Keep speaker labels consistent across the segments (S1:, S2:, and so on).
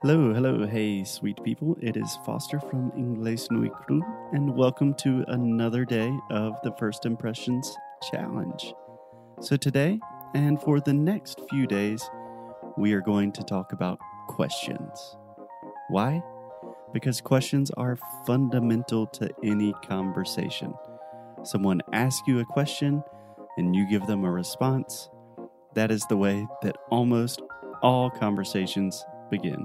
S1: Hello, hello, hey, sweet people. It is Foster from Ingles Nui Cru, and welcome to another day of the First Impressions Challenge. So, today and for the next few days, we are going to talk about questions. Why? Because questions are fundamental to any conversation. Someone asks you a question and you give them a response. That is the way that almost all conversations begin.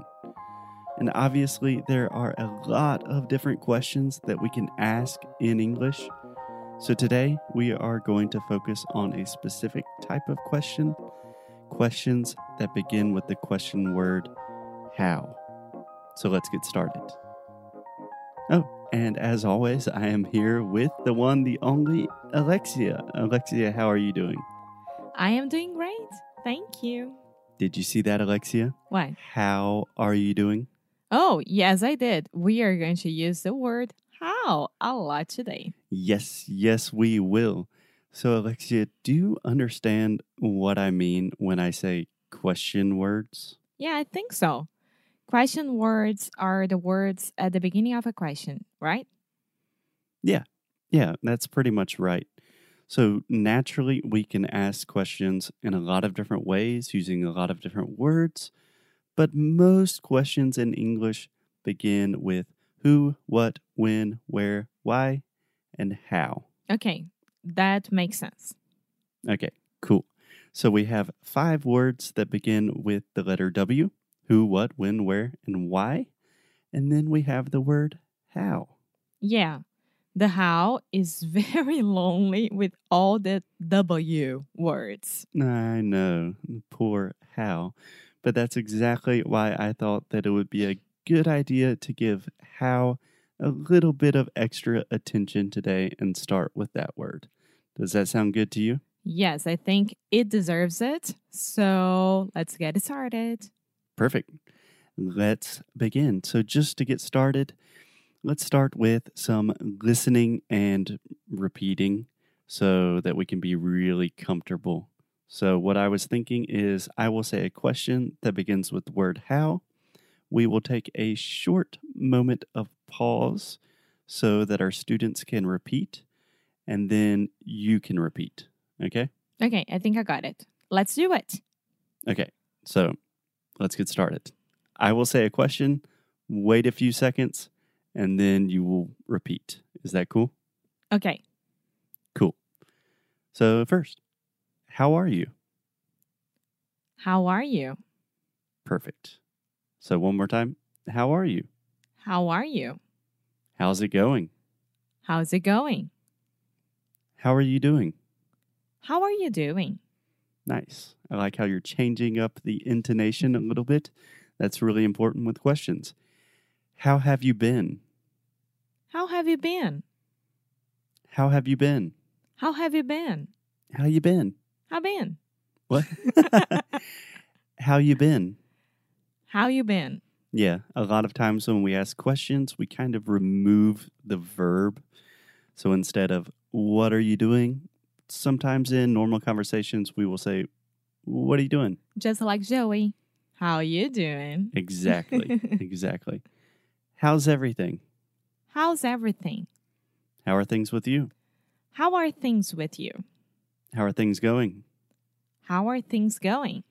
S1: And obviously, there are a lot of different questions that we can ask in English. So today, we are going to focus on a specific type of question questions that begin with the question word how. So let's get started. Oh, and as always, I am here with the one, the only Alexia. Alexia, how are you doing?
S2: I am doing great. Thank you.
S1: Did you see that, Alexia?
S2: Why?
S1: How are you doing?
S2: Oh, yes, I did. We are going to use the word how a lot today.
S1: Yes, yes, we will. So, Alexia, do you understand what I mean when I say question words?
S2: Yeah, I think so. Question words are the words at the beginning of a question, right?
S1: Yeah, that's pretty much right. So, naturally, we can ask questions in a lot of different ways using a lot of different words, but most questions in English begin with who, what, when, where, why, and how.
S2: Okay, that makes sense.
S1: Okay, cool. So we have five words that begin with the letter W who, what, when, where, and why. And then we have the word how.
S2: Yeah, the how is very lonely with all the W words.
S1: I know, poor how. But that's exactly why I thought that it would be a good idea to give how a little bit of extra attention today and start with that word. Does that sound good to you?
S2: Yes, I think it deserves it. So let's get started.
S1: Perfect. Let's begin. So, just to get started, let's start with some listening and repeating so that we can be really comfortable. So, what I was thinking is I will say a question that begins with the word how. We will take a short moment of pause so that our students can repeat and then you can repeat. Okay?
S2: Okay, I think I got it. Let's do it.
S1: Okay, so let's get started. I will say a question, wait a few seconds, and then you will repeat. Is that cool?
S2: Okay,
S1: Cool. So, first, how are you?
S2: how are you?
S1: Perfect. So, one more time, how are you?
S2: How are you?
S1: How's it going?
S2: How's it going?
S1: How are you doing?
S2: How are you doing?
S1: Nice. I like how you're changing up the intonation a little bit. That's really important with questions. How have you been?
S2: How have you been?
S1: How have you been?
S2: How have you been?
S1: How you been?
S2: How been?
S1: What? how you been?
S2: How you been?
S1: Yeah, a lot of times when we ask questions, we kind of remove the verb. So instead of what are you doing, sometimes in normal conversations we will say what are you doing?
S2: Just like Joey. How you doing?
S1: Exactly. exactly. How's everything?
S2: How's everything?
S1: How are things with you?
S2: How are things with you?
S1: How are things going?
S2: How are things going?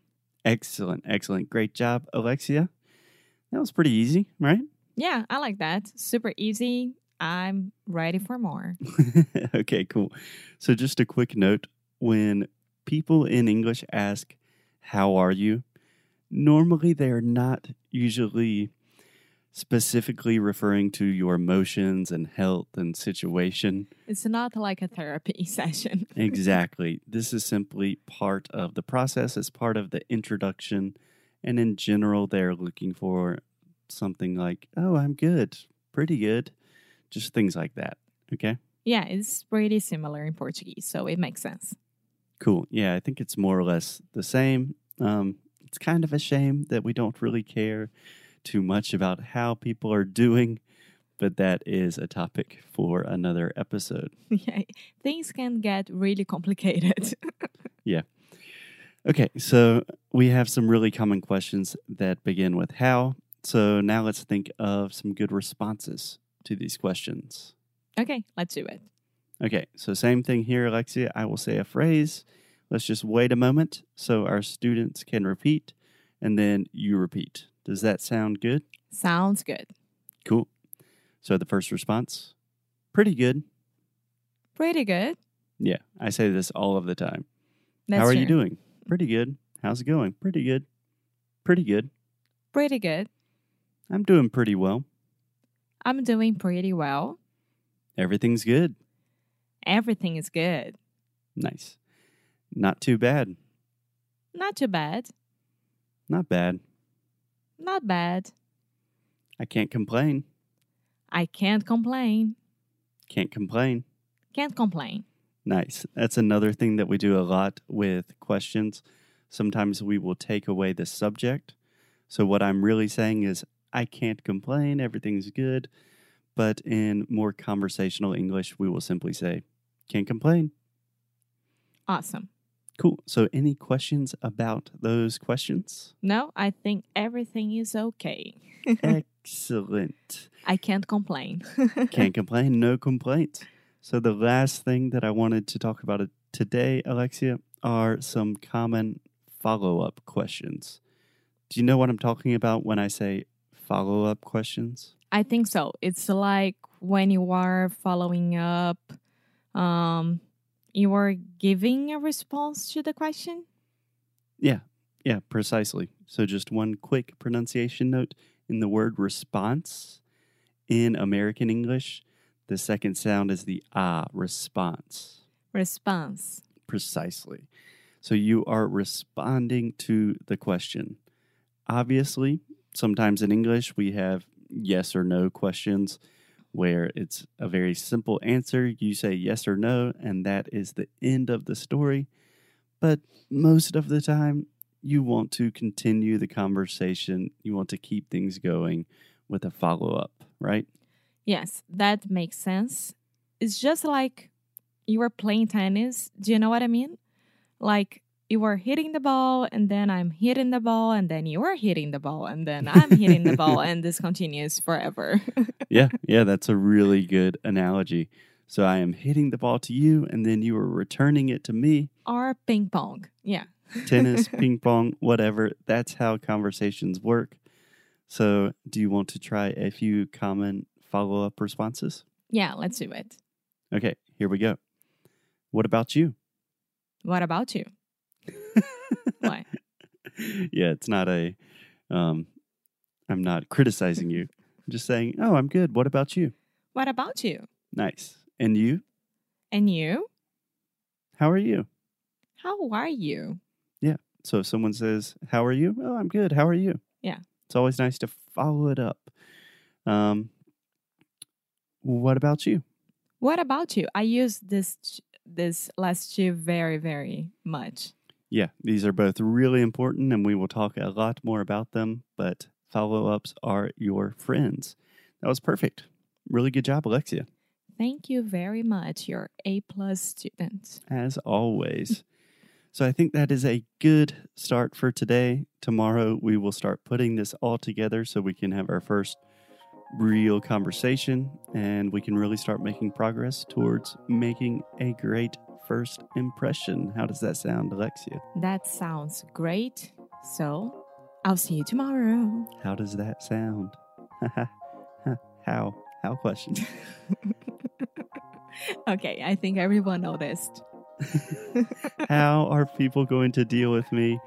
S1: Excellent. Excellent. Great job, Alexia. That was pretty easy, right?
S2: Yeah, I like that. Super easy. I'm ready for more.
S1: okay, cool. So, just a quick note when people in English ask, How are you? normally they are not usually specifically referring to your emotions and health and situation.
S2: It's not like a therapy session.
S1: Exactly. This is simply part of the process, it's part of the introduction. And in general, they're looking for something like, Oh, I'm good, pretty good, just things like that. Okay.
S2: Yeah, it's pretty similar in Portuguese, so it makes sense.
S1: Cool. Yeah, I think it's more or less the same. Um, it's kind of a shame that we don't really care too much about how people are doing, but that is a topic for another episode.
S2: Yeah, things can get really complicated.
S1: Okay, so we have some really common questions that begin with how. So now let's think of some good responses to these questions.
S2: Okay, let's do it.
S1: Okay, so same thing here, Alexia. I will say a phrase. Let's just wait a moment so our students can repeat, and then you repeat. Does that sound good?
S2: Sounds good.
S1: Cool. So the first response, pretty good.
S2: Pretty good.
S1: Yeah, I say this all of the time.
S2: That's
S1: How are you
S2: true.
S1: doing? Pretty good. How's it going? Pretty good. Pretty good.
S2: Pretty good.
S1: I'm doing pretty well.
S2: I'm doing pretty well.
S1: Everything's good.
S2: Everything is good.
S1: Nice. Not too bad.
S2: Not too bad.
S1: Not bad.
S2: Not bad.
S1: I can't complain.
S2: I can't complain.
S1: Can't complain.
S2: Can't complain.
S1: Nice. That's another thing that we do a lot with questions. Sometimes we will take away the subject. So, what I'm really saying is, I can't complain, everything's good. But in more conversational English, we will simply say, can't complain.
S2: Awesome.
S1: Cool. So, any questions about those questions?
S2: No, I think everything is okay.
S1: Excellent.
S2: I can't complain.
S1: Can't complain, no complaints. So, the last thing that I wanted to talk about it- today, Alexia, are some common follow up questions. Do you know what I'm talking about when I say follow up questions?
S2: I think so. It's like when you are following up, um, you are giving a response to the question.
S1: Yeah, yeah, precisely. So, just one quick pronunciation note in the word response in American English, the second sound is the ah, response.
S2: Response.
S1: Precisely. So you are responding to the question. Obviously, sometimes in English we have yes or no questions where it's a very simple answer. You say yes or no, and that is the end of the story. But most of the time, you want to continue the conversation. You want to keep things going with a follow up, right?
S2: Yes, that makes sense. It's just like you are playing tennis. Do you know what I mean? Like you are hitting the ball, and then I'm hitting the ball, and then you are hitting the ball, and then I'm hitting the ball, and this continues forever.
S1: yeah, yeah, that's a really good analogy. So I am hitting the ball to you, and then you are returning it to me.
S2: or ping pong. Yeah.
S1: Tennis, ping pong, whatever. That's how conversations work. So, do you want to try a few common follow up responses?
S2: Yeah, let's do it.
S1: Okay, here we go. What about you?
S2: What about you? Why?
S1: yeah, it's not a. Um, I'm not criticizing you. I'm just saying, oh, I'm good. What about you?
S2: What about you?
S1: Nice. And you?
S2: And you?
S1: How are you?
S2: How are you?
S1: So if someone says, "How are you?" Oh, I'm good. How are you?
S2: Yeah.
S1: It's always nice to follow it up. Um, what about you?
S2: What about you? I use this this last two very very much.
S1: Yeah, these are both really important, and we will talk a lot more about them. But follow ups are your friends. That was perfect. Really good job, Alexia.
S2: Thank you very much. You're A plus student.
S1: as always. so I think that is a good start for today. Tomorrow we will start putting this all together so we can have our first real conversation and we can really start making progress towards making a great first impression. How does that sound, Alexia?
S2: That sounds great. So, I'll see you tomorrow.
S1: How does that sound? How? How question.
S2: Okay, I think everyone noticed.
S1: How are people going to deal with me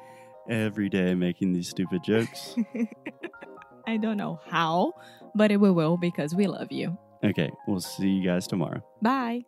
S1: every day making these stupid jokes?
S2: I don't know how, but it will because we love you.
S1: Okay, we'll see you guys tomorrow.
S2: Bye.